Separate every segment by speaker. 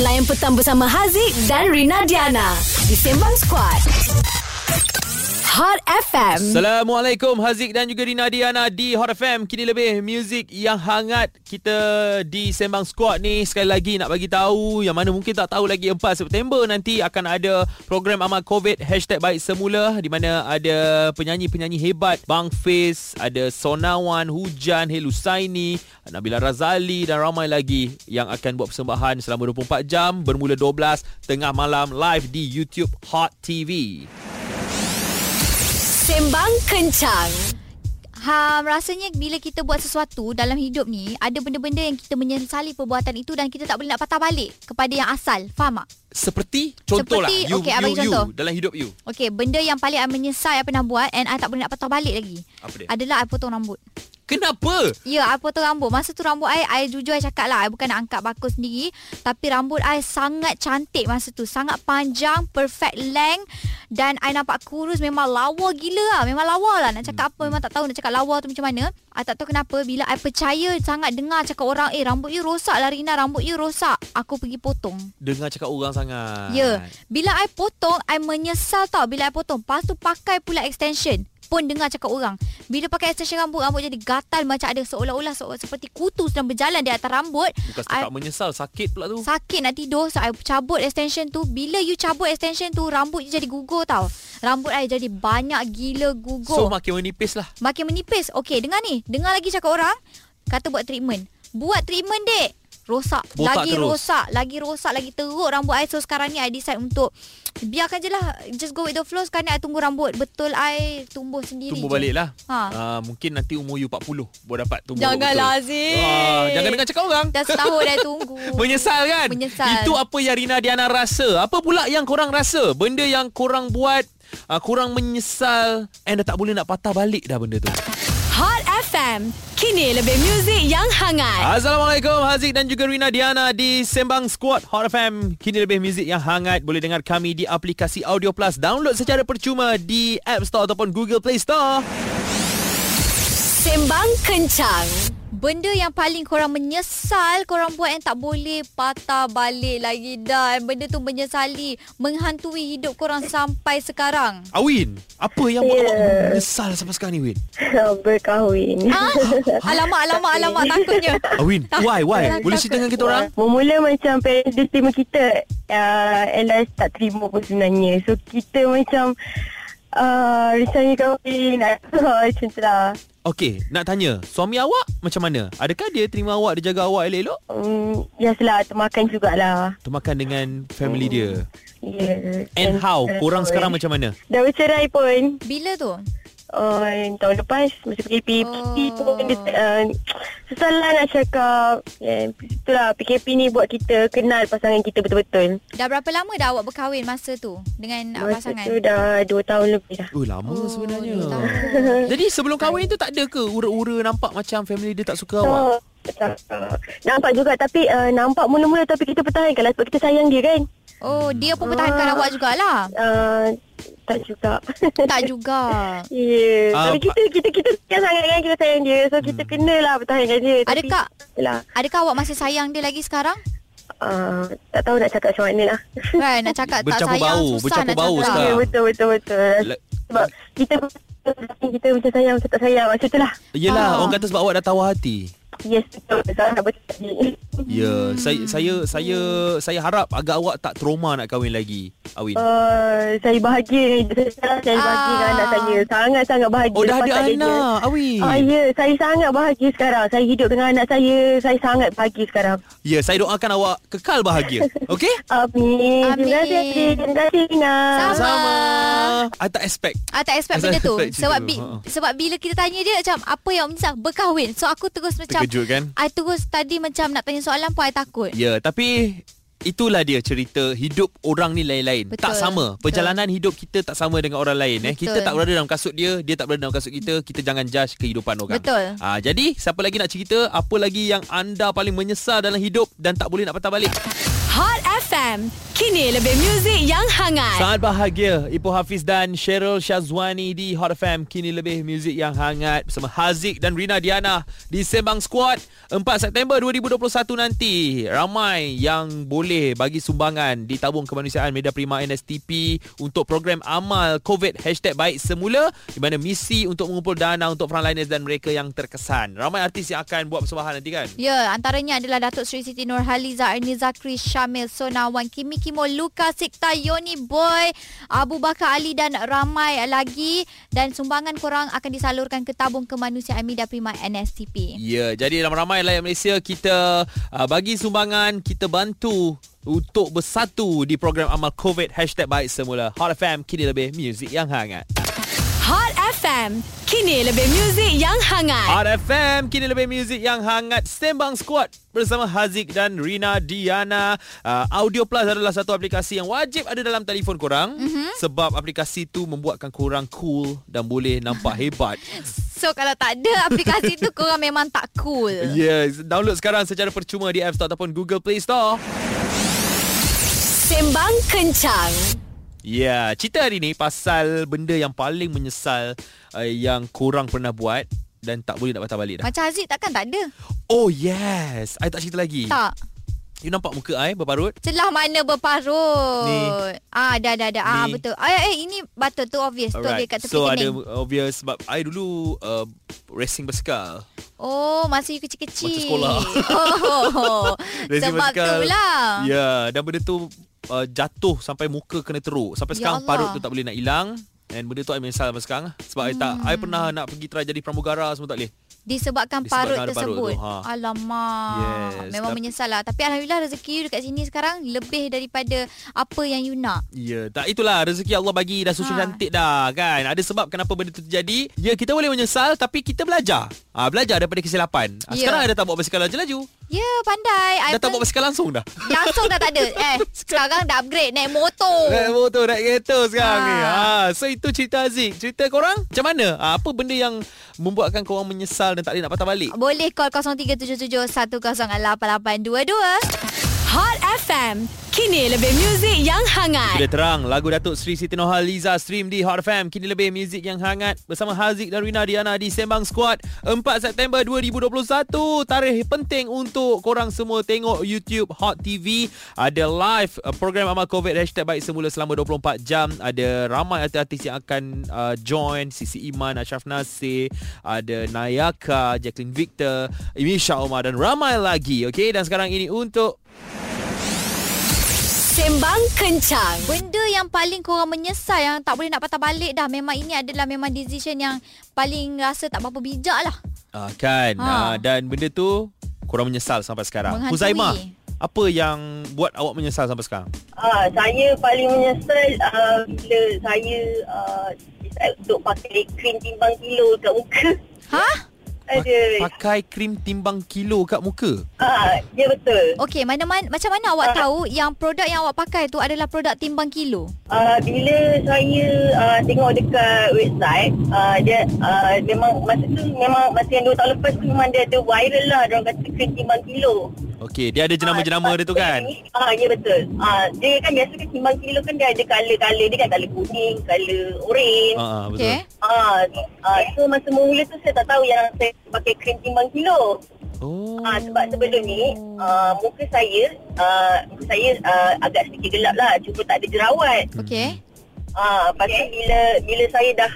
Speaker 1: Layan petang bersama Haziq dan Rina Diana di Sembang Squad. Hot FM.
Speaker 2: Assalamualaikum Haziq dan juga Rina Diana di Hot FM Kini lebih muzik yang hangat Kita di Sembang Squad ni Sekali lagi nak bagi tahu Yang mana mungkin tak tahu lagi 4 September nanti akan ada Program amal COVID Hashtag baik semula Di mana ada penyanyi-penyanyi hebat Bang Fiz Ada Sonawan Hujan Helusaini Nabila Razali Dan ramai lagi Yang akan buat persembahan selama 24 jam Bermula 12 Tengah malam Live di YouTube Hot TV
Speaker 1: Sembang Kencang.
Speaker 3: Ha, rasanya bila kita buat sesuatu dalam hidup ni, ada benda-benda yang kita menyesali perbuatan itu dan kita tak boleh nak patah balik kepada yang asal. Faham tak?
Speaker 2: Seperti contohlah
Speaker 3: Seperti-
Speaker 2: you,
Speaker 3: okey, I
Speaker 2: you,
Speaker 3: bagi contoh.
Speaker 2: you dalam hidup you.
Speaker 3: Okay, benda yang paling I menyesal I pernah buat and I tak boleh nak patah balik lagi.
Speaker 2: Apa dia?
Speaker 3: Adalah I potong rambut.
Speaker 2: Kenapa?
Speaker 3: Ya, I potong rambut. Masa tu rambut I, I jujur I cakap lah, I bukan nak angkat bakul sendiri. Tapi rambut I sangat cantik masa tu. Sangat panjang, perfect length. Dan I nampak kurus memang lawa gila lah. Memang lawa lah. Nak cakap apa memang tak tahu nak cakap lawa tu macam mana. I tak tahu kenapa bila I percaya sangat dengar cakap orang, eh rambut you rosak lah Rina, rambut you rosak. Aku pergi potong.
Speaker 2: Dengar cakap orang sangat.
Speaker 3: Ya, bila I potong, I menyesal tau bila I potong. Lepas tu pakai pula extension. Pun dengar cakap orang. Bila pakai extension rambut, rambut jadi gatal macam ada seolah-olah so, seperti kutu sedang berjalan di atas rambut.
Speaker 2: Bukan
Speaker 3: I-
Speaker 2: setakat menyesal, sakit pula tu.
Speaker 3: Sakit nak tidur So I cabut extension tu Bila you cabut extension tu Rambut you jadi gugur tau Rambut I jadi banyak gila
Speaker 2: So
Speaker 3: gugur
Speaker 2: makin menipis lah.
Speaker 3: Makin menipis Okay dengar ni Dengar lagi cakap orang Kata buat treatment Buat treatment dek Rosak
Speaker 2: Botak
Speaker 3: Lagi
Speaker 2: terus.
Speaker 3: rosak Lagi rosak Lagi teruk rambut I So sekarang ni I decide untuk Biarkan je lah Just go with the flow Sekarang ni I tunggu rambut Betul I tumbuh sendiri
Speaker 2: Tumbuh
Speaker 3: je.
Speaker 2: balik lah.
Speaker 3: ha.
Speaker 2: Uh, mungkin nanti umur you 40 baru dapat tumbuh. betul.
Speaker 3: Janganlah Aziz
Speaker 2: Wah, jangan dengar cakap orang.
Speaker 3: Dah setahun dah tunggu
Speaker 2: Menyesal kan?
Speaker 3: Menyesal.
Speaker 2: Itu apa yang Rina Diana rasa. Apa pula yang korang rasa? Benda yang korang buat, uh, korang menyesal and dah tak boleh nak patah balik dah benda tu.
Speaker 1: Hot FM. Kini lebih muzik yang
Speaker 2: Ha?
Speaker 1: hangat.
Speaker 2: Assalamualaikum Haziq dan juga Rina Diana di Sembang Squad Hot FM. Kini lebih muzik yang hangat. Boleh dengar kami di aplikasi Audio Plus. Download secara percuma di App Store ataupun Google Play Store.
Speaker 1: Sembang Kencang.
Speaker 3: Benda yang paling korang menyesal Korang buat yang tak boleh patah balik lagi dah And Benda tu menyesali Menghantui hidup korang sampai sekarang
Speaker 2: Awin, apa yang buat
Speaker 4: Ya.
Speaker 2: awak menyesal sampai sekarang ni, Win?
Speaker 4: berkahwin.
Speaker 3: ah? Alamak, alamak, alamak Takutnya
Speaker 2: Awin, why, why?
Speaker 3: Takut, lah.
Speaker 2: Boleh cerita dengan kita orang?
Speaker 4: Bermula macam parents dia terima kita uh, LRS tak terima pun sebenarnya So kita macam uh, Risanya kahwin alkohol, Macam tu lah
Speaker 2: Okey, nak tanya. Suami awak macam mana? Adakah dia terima awak, dia jaga awak elok-elok?
Speaker 4: um, Biasalah termakan jugalah Ya,
Speaker 2: Termakan dengan family dia.
Speaker 4: yeah.
Speaker 2: And how? Korang sekarang macam mana?
Speaker 4: Dah bercerai pun
Speaker 3: Bila tu?
Speaker 4: uh, Tahun lepas Masa PKP PKP
Speaker 3: Oh.
Speaker 4: pun dia, uh, Susah lah nak cakap Ya, lah, yeah, Itulah PKP ni buat kita Kenal pasangan kita betul-betul
Speaker 3: Dah berapa lama dah awak berkahwin masa tu? Dengan uh,
Speaker 4: Masa
Speaker 3: pasangan?
Speaker 4: tu dah 2 tahun lebih dah
Speaker 2: Oh, lama oh, sebenarnya.
Speaker 3: dua tahun.
Speaker 2: Jadi sebelum kahwin tu tak ada ke ura-ura nampak macam family dia tak suka awak?
Speaker 4: Oh, tak, tak. Nampak juga tapi uh, nampak mula-mula tapi kita pertahankan lah sebab kita sayang dia kan.
Speaker 3: Oh, dia pun pertahankan
Speaker 4: Ah.
Speaker 3: awak jugalah
Speaker 4: Uh, tak juga.
Speaker 3: Tak juga
Speaker 4: Ya. Yeah.
Speaker 2: Ah,
Speaker 4: tapi kita kita kita sayang sangat kan kita sayang dia. So kita kenalah pertahankan dia. Tapi,
Speaker 3: Adakah
Speaker 4: Lah,
Speaker 3: Adakah awak masih sayang dia lagi sekarang?
Speaker 4: uh, tak tahu nak cakap macam mana lah.
Speaker 3: Kan nak cakap tak
Speaker 2: Bercampur
Speaker 3: sayang
Speaker 2: bau,
Speaker 3: Susah
Speaker 2: bercampur
Speaker 3: nak
Speaker 2: bau
Speaker 3: cakap
Speaker 4: Ya,
Speaker 2: sekarang.
Speaker 4: betul betul betul.
Speaker 2: La-
Speaker 4: Sebab kita kita macam sayang macam tak sayang macam tu lah.
Speaker 2: Yelah,
Speaker 3: Ah.
Speaker 2: orang kata sebab awak dah tawar hati.
Speaker 4: Yes betul betul nak bercakap ni.
Speaker 2: Ya, yeah,
Speaker 3: Hmm.
Speaker 2: saya saya saya saya harap agak awak tak trauma nak kahwin lagi, Awin.
Speaker 4: Uh, saya bahagia dengan hidup saya. Saya bahagia dengan
Speaker 3: Ah.
Speaker 4: anak saya. Sangat-sangat bahagia.
Speaker 2: Oh, dah
Speaker 4: Lepas
Speaker 2: ada
Speaker 4: tak dia.
Speaker 2: anak, Awin.
Speaker 4: Ah, ya, saya sangat bahagia sekarang. Saya hidup dengan anak saya. Saya sangat bahagia sekarang.
Speaker 2: Ya, saya doakan awak kekal bahagia. Okey?
Speaker 4: Amin. Terima kasih,
Speaker 3: Amin.
Speaker 4: Aziz. Terima kasih, Ina.
Speaker 3: Sama.
Speaker 2: I tak expect.
Speaker 3: Ah tak expect
Speaker 2: Asal
Speaker 3: benda tu.
Speaker 2: expect cerita
Speaker 3: Sebab
Speaker 2: tu,
Speaker 3: bi-
Speaker 2: ha.
Speaker 3: sebab bila kita tanya dia macam apa yang menyesal berkahwin. So aku terus macam
Speaker 2: Terkejut kan?
Speaker 3: I terus tadi macam nak tanya soalan pun I takut.
Speaker 2: Ya, tapi itulah dia cerita hidup orang ni lain-lain.
Speaker 3: Betul.
Speaker 2: Tak sama.
Speaker 3: Betul.
Speaker 2: Perjalanan hidup kita tak sama dengan orang lain eh. Kita
Speaker 3: Betul.
Speaker 2: tak berada dalam kasut dia, dia tak berada dalam kasut kita. Kita jangan judge kehidupan orang.
Speaker 3: Betul.
Speaker 2: Ah, jadi siapa lagi nak cerita apa lagi yang anda paling menyesal dalam hidup dan tak boleh nak patah balik?
Speaker 1: Hot FM. Kini lebih muzik yang hangat.
Speaker 2: Sangat bahagia Ipoh Hafiz dan Cheryl Syazwani di Hot FM Kini lebih muzik yang hangat Bersama Haziq dan Rina Diana Di Sembang Squad 4 September 2021 nanti Ramai yang boleh bagi sumbangan Di Tabung Kemanusiaan Media Prima NSTP Untuk program Amal COVID Hashtag Baik Semula Di mana misi untuk mengumpul dana Untuk frontliners dan mereka yang terkesan Ramai artis yang akan buat persembahan nanti kan
Speaker 3: Ya, antaranya adalah Datuk Seri Siti Nurhaliza, Ernie Zakri, Syamil Sonawan, Kimi Kimo, Luka Sikta, Yoni Boy, Abu Bakar Ali dan ramai lagi. Dan sumbangan korang akan disalurkan ke Tabung Kemanusiaan Media Prima NSTP.
Speaker 2: Ya, jadi ramai-ramai layak Malaysia kita uh, bagi sumbangan, kita bantu untuk bersatu di program amal COVID hashtag baik semula. Hot FM kini lebih muzik yang hangat.
Speaker 1: Hot FM. Kini lebih muzik yang hangat.
Speaker 2: Hot FM kini lebih muzik yang hangat Sembang Squad bersama Haziq dan Rina Diana. Uh, Audio Plus adalah satu aplikasi yang wajib ada dalam telefon korang mm-hmm. sebab aplikasi tu membuatkan korang cool dan boleh nampak hebat.
Speaker 3: So, kalau tak ada aplikasi tu, korang memang tak cool.
Speaker 2: Yes, download sekarang secara percuma di App Store ataupun Google Play Store.
Speaker 1: Sembang kencang.
Speaker 2: Ya, yeah, cerita hari ni pasal benda yang paling menyesal uh, yang korang pernah buat dan tak boleh nak patah balik dah.
Speaker 3: Macam Aziz takkan tak ada.
Speaker 2: Oh yes, I tak cerita lagi.
Speaker 3: Tak.
Speaker 2: You nampak muka I berparut?
Speaker 3: Celah mana berparut.
Speaker 2: Ni.
Speaker 3: Ah, dah, dah, dah. Ah,
Speaker 2: Ni.
Speaker 3: betul. Ah, eh, ini betul tu obvious. Tu dia kat tepi
Speaker 2: so ada
Speaker 3: kening.
Speaker 2: obvious sebab I dulu uh, racing basikal.
Speaker 3: Oh, masa you kecil-kecil.
Speaker 2: Masa sekolah.
Speaker 3: Oh,
Speaker 2: Racing
Speaker 3: sebab tu lah.
Speaker 2: Ya, yeah, dan benda tu uh, jatuh sampai muka kena teruk. Sampai
Speaker 3: Ya
Speaker 2: sekarang
Speaker 3: Allah.
Speaker 2: parut tu tak boleh nak hilang. And benda tu I menyesal sampai sekarang lah. Sebab hmm. I tak I pernah nak pergi try jadi pramugara semua tak boleh. Disebabkan
Speaker 3: Disebabkan, parut
Speaker 2: ada parut
Speaker 3: tersebut.
Speaker 2: tu, ha.
Speaker 3: Alamak.
Speaker 2: Yes,
Speaker 3: Memang
Speaker 2: tapi-
Speaker 3: menyesal lah. Tapi Alhamdulillah rezeki you dekat sini sekarang lebih daripada apa yang you nak.
Speaker 2: Ya, tak itulah rezeki Allah bagi dah susu
Speaker 3: Ha.
Speaker 2: ha. cantik dah kan. Ada sebab kenapa benda tu terjadi. Ya, kita boleh menyesal tapi kita belajar. Ah, belajar daripada kesilapan. Ah, yeah.
Speaker 3: Ya.
Speaker 2: Sekarang I dah tak bawa basikal laju-laju.
Speaker 3: Ya, pandai. I
Speaker 2: Dah tak bawa
Speaker 3: pun-
Speaker 2: basikal langsung dah.
Speaker 3: Langsung dah tak ada. Eh, sekarang dah upgrade naik
Speaker 2: Naik
Speaker 3: motor.
Speaker 2: motor, Eh, naik kereta sekarang ha.
Speaker 3: Ah.
Speaker 2: ni. Ha, so itu cerita Aziz. Cerita korang macam mana? Ha, apa benda yang membuatkan korang menyesal dan tak boleh nak patah balik?
Speaker 3: Boleh call 0377108822.
Speaker 1: Hot FM. Kini lebih muzik yang hangat.
Speaker 2: Bila terang, lagu Datuk Sri Siti Nohaliza stream di Hot FM. Kini lebih muzik yang hangat bersama Haziq dan Rina Diana di Sembang Squad 4 September 2021. Tarikh penting untuk korang semua tengok YouTube Hot TV. Ada live uh, program Amal COVID hashtag baik semula selama 24 jam. Ada ramai artis-artis yang akan uh, join. Sisi Iman, Ashraf Nasir, ada Nayaka, Jacqueline Victor, Imisha Omar dan ramai lagi. Okay, dan sekarang ini untuk
Speaker 1: Sembang kencang.
Speaker 3: Benda yang paling korang menyesal yang tak boleh nak patah balik dah memang ini adalah memang decision yang paling rasa tak berapa bijak lah.
Speaker 2: Ah, kan
Speaker 3: Ha.
Speaker 2: ha. ah, Dan benda tu Korang menyesal sampai sekarang
Speaker 3: Menghantui.
Speaker 2: Huzaimah Apa yang Buat awak menyesal sampai sekarang
Speaker 4: Ah, saya paling menyesal uh, bila saya uh, decide untuk pakai krim timbang kilo kat muka.
Speaker 3: Ha?
Speaker 2: Pa-
Speaker 4: Ada.
Speaker 2: Pakai krim timbang kilo kat muka
Speaker 4: Ah, ya betul.
Speaker 3: Okey, mana, mana macam mana awak tahu yang produk yang awak pakai tu adalah produk timbang kilo?
Speaker 4: Uh, bila saya uh, tengok dekat website, uh, dia uh, memang masa tu memang masa yang 2 tahun lepas tu memang dia ada viral lah. Dia orang kata krim timbang kilo.
Speaker 2: Okey Dia ada jenama-jenama dia tu kan
Speaker 4: Ah, ya betul. Ah, dia kan biasa ketimbang kilo kan dia ada color-color. Dia kan color kuning, color orange. Ah.
Speaker 2: Ah, ah, betul.
Speaker 3: Okey.
Speaker 4: Ah, ah, so masa mula tu saya tak tahu yang saya pakai krim timbang kilo.
Speaker 2: Oh.
Speaker 4: Ah, sebab sebelum ni ah, muka saya ah, muka saya ah, agak sedikit gelap lah. Cuma tak ada jerawat.
Speaker 3: Okey.
Speaker 4: Ah, lepas tu bila bila saya dah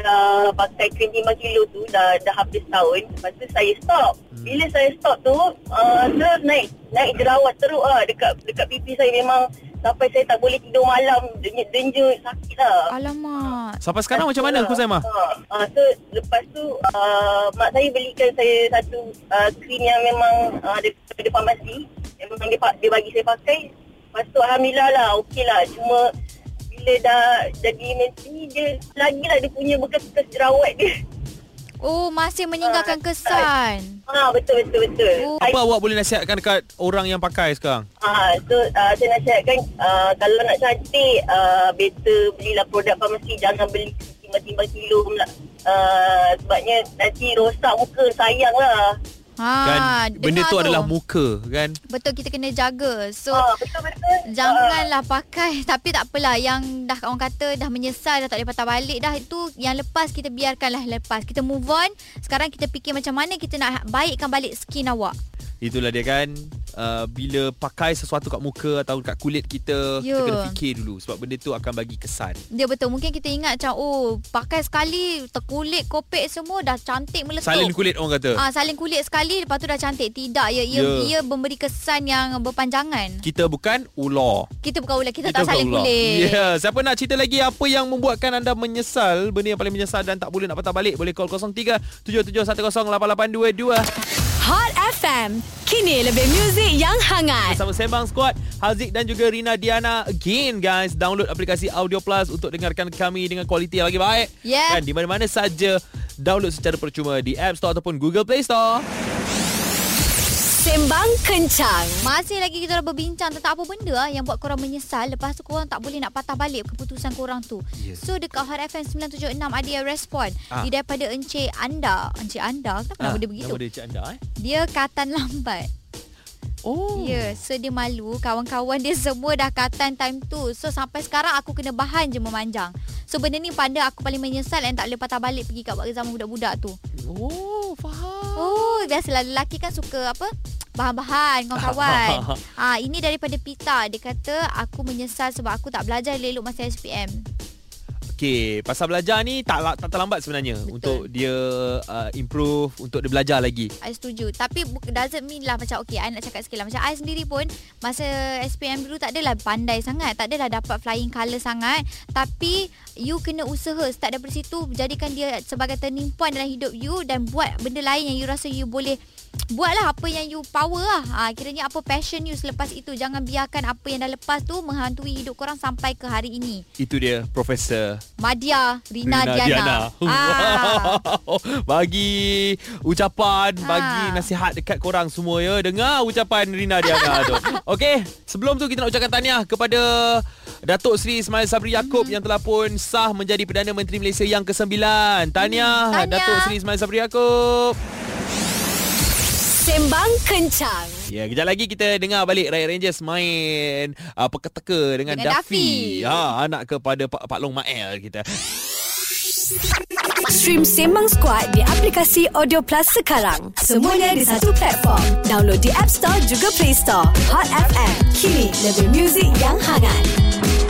Speaker 4: dah pakai krim timbang kilo tu dah dah habis tahun, lepas tu saya stop. Bila saya stop tu, uh, terus naik naik jerawat teruk ah dekat dekat pipi saya memang sampai saya tak boleh tidur malam, denyut denyut sakit lah.
Speaker 3: Alamak.
Speaker 2: Sampai sekarang macam mana Huzaimah
Speaker 4: Ah, so lepas tu uh, mak saya belikan saya satu uh, krim yang memang uh, daripada farmasi. Memang dia, pa- dia bagi saya pakai. Lepas tu Alhamdulillah lah okey lah. Cuma bila dah jadi macam ni dia lagi lah dia punya bekas-bekas jerawat dia.
Speaker 3: Oh, masih meninggalkan kesan.
Speaker 4: Ah betul betul betul.
Speaker 3: Oh.
Speaker 4: I-
Speaker 2: Apa awak boleh nasihatkan dekat orang yang pakai sekarang?
Speaker 4: Ah, so uh, saya nasihatkan uh, kalau nak cantik uh, better belilah produk farmasi jangan beli Ah, timbang-timbang kilo pula. Uh, sebabnya nanti rosak muka sayang lah.
Speaker 3: Ha,
Speaker 2: kan benda
Speaker 3: dengar
Speaker 2: tu adalah muka kan
Speaker 3: Betul kita kena jaga. So
Speaker 4: Ah, betul-betul. oh.
Speaker 3: Janganlah pakai Tapi tak apalah Yang dah orang kata Dah menyesal Dah tak boleh patah balik Dah itu Yang lepas kita biarkanlah lepas Kita move on Sekarang kita fikir macam mana Kita nak baikkan balik skin awak
Speaker 2: Itulah dia kan uh, Bila pakai sesuatu kat muka Atau kat kulit kita Kita
Speaker 3: Ya.
Speaker 2: kena fikir dulu Sebab benda tu akan bagi kesan
Speaker 3: Dia betul Mungkin kita ingat macam Oh pakai sekali Terkulit kopek semua Dah cantik meletup
Speaker 2: Salin kulit orang kata
Speaker 3: Ah, Salin kulit sekali Lepas tu dah cantik Tidak ya Ia,
Speaker 2: Ya.
Speaker 3: ia memberi kesan yang berpanjangan
Speaker 2: Kita bukan ular
Speaker 3: Kita bukan ular Kita,
Speaker 2: Kita
Speaker 3: tak
Speaker 2: bukan
Speaker 3: salin
Speaker 2: ular. Ya,
Speaker 3: kulit
Speaker 2: yeah. siapa nak cerita lagi apa yang membuatkan anda menyesal, benda yang paling menyesal dan tak boleh nak patah balik, boleh call 03 77108822
Speaker 1: Hot FM. Kini lebih muzik yang hangat.
Speaker 2: bersama Sembang Squad, Haziq dan juga Rina Diana again guys. Download aplikasi Audio Plus untuk dengarkan kami dengan kualiti yang lagi baik.
Speaker 3: Yeah.
Speaker 2: Dan di mana-mana saja download secara percuma di App Store ataupun Google Play Store.
Speaker 1: Sembang kencang.
Speaker 3: Masih lagi kita dah berbincang tentang apa benda ah yang buat korang menyesal lepas tu korang tak boleh nak patah balik keputusan korang tu.
Speaker 2: Ya.
Speaker 3: So dekat Hot FM 976 ada yang respon
Speaker 2: Ah.
Speaker 3: ah. dia daripada Encik Anda. Encik Anda kenapa nama dia begitu?
Speaker 2: Nama dia Cik Anda eh.
Speaker 3: Dia katan lambat.
Speaker 2: Oh.
Speaker 3: Ya, yeah, so dia malu kawan-kawan dia semua dah katan time tu. So sampai sekarang aku kena bahan je memanjang. So benda ni pada aku paling menyesal yang tak boleh patah balik pergi kat waktu zaman budak-budak tu.
Speaker 2: Oh, faham.
Speaker 3: Oh, biasalah lelaki kan suka apa? Bahan-bahan kawan-kawan. ah, ini daripada Pita. Dia kata aku menyesal sebab aku tak belajar elok masa SPM.
Speaker 2: Okey, pasal belajar ni tak la- tak terlambat sebenarnya
Speaker 3: Betul.
Speaker 2: untuk dia uh, improve, untuk dia belajar lagi.
Speaker 3: I setuju. Tapi bu- doesn't mean lah macam okay, I nak cakap sikit lah. Macam I sendiri pun masa SPM dulu tak adalah pandai sangat. Tak adalah dapat flying colour sangat. Tapi you kena usaha. Start daripada situ jadikan dia sebagai turning point dalam hidup you dan buat benda lain yang you rasa you boleh Buatlah apa yang you power lah ha, Kiranya apa passion you selepas itu Jangan biarkan apa yang dah lepas tu Menghantui hidup korang sampai ke hari ini
Speaker 2: Itu dia Profesor
Speaker 3: Madia Rina,
Speaker 2: Rina
Speaker 3: Diana, Ah.
Speaker 2: Wow. Bagi ucapan,
Speaker 3: Ah.
Speaker 2: bagi nasihat dekat korang semua ya. Dengar ucapan Rina Diana tu. Okey, sebelum tu kita nak ucapkan tahniah kepada Datuk Seri Ismail Sabri Yaakob
Speaker 3: Hmm.
Speaker 2: yang telah pun sah menjadi Perdana Menteri Malaysia yang ke-9. Tahniah,
Speaker 3: Hmm, Tahniah.
Speaker 2: Datuk Seri Ismail Sabri Yaakob.
Speaker 1: Sembang kencang.
Speaker 2: Ya, kejap lagi kita dengar balik Riot Rangers main uh, peka-teka dengan,
Speaker 3: Dengan
Speaker 2: Daffy.
Speaker 3: Daffy.
Speaker 2: Ha, anak kepada Pak, Pak Long Mael kita.
Speaker 1: Stream Sembang Squad di aplikasi Audio Plus sekarang. Semuanya di satu platform. Download di App Store juga Play Store. Hot FM. Kini lebih muzik yang hangat.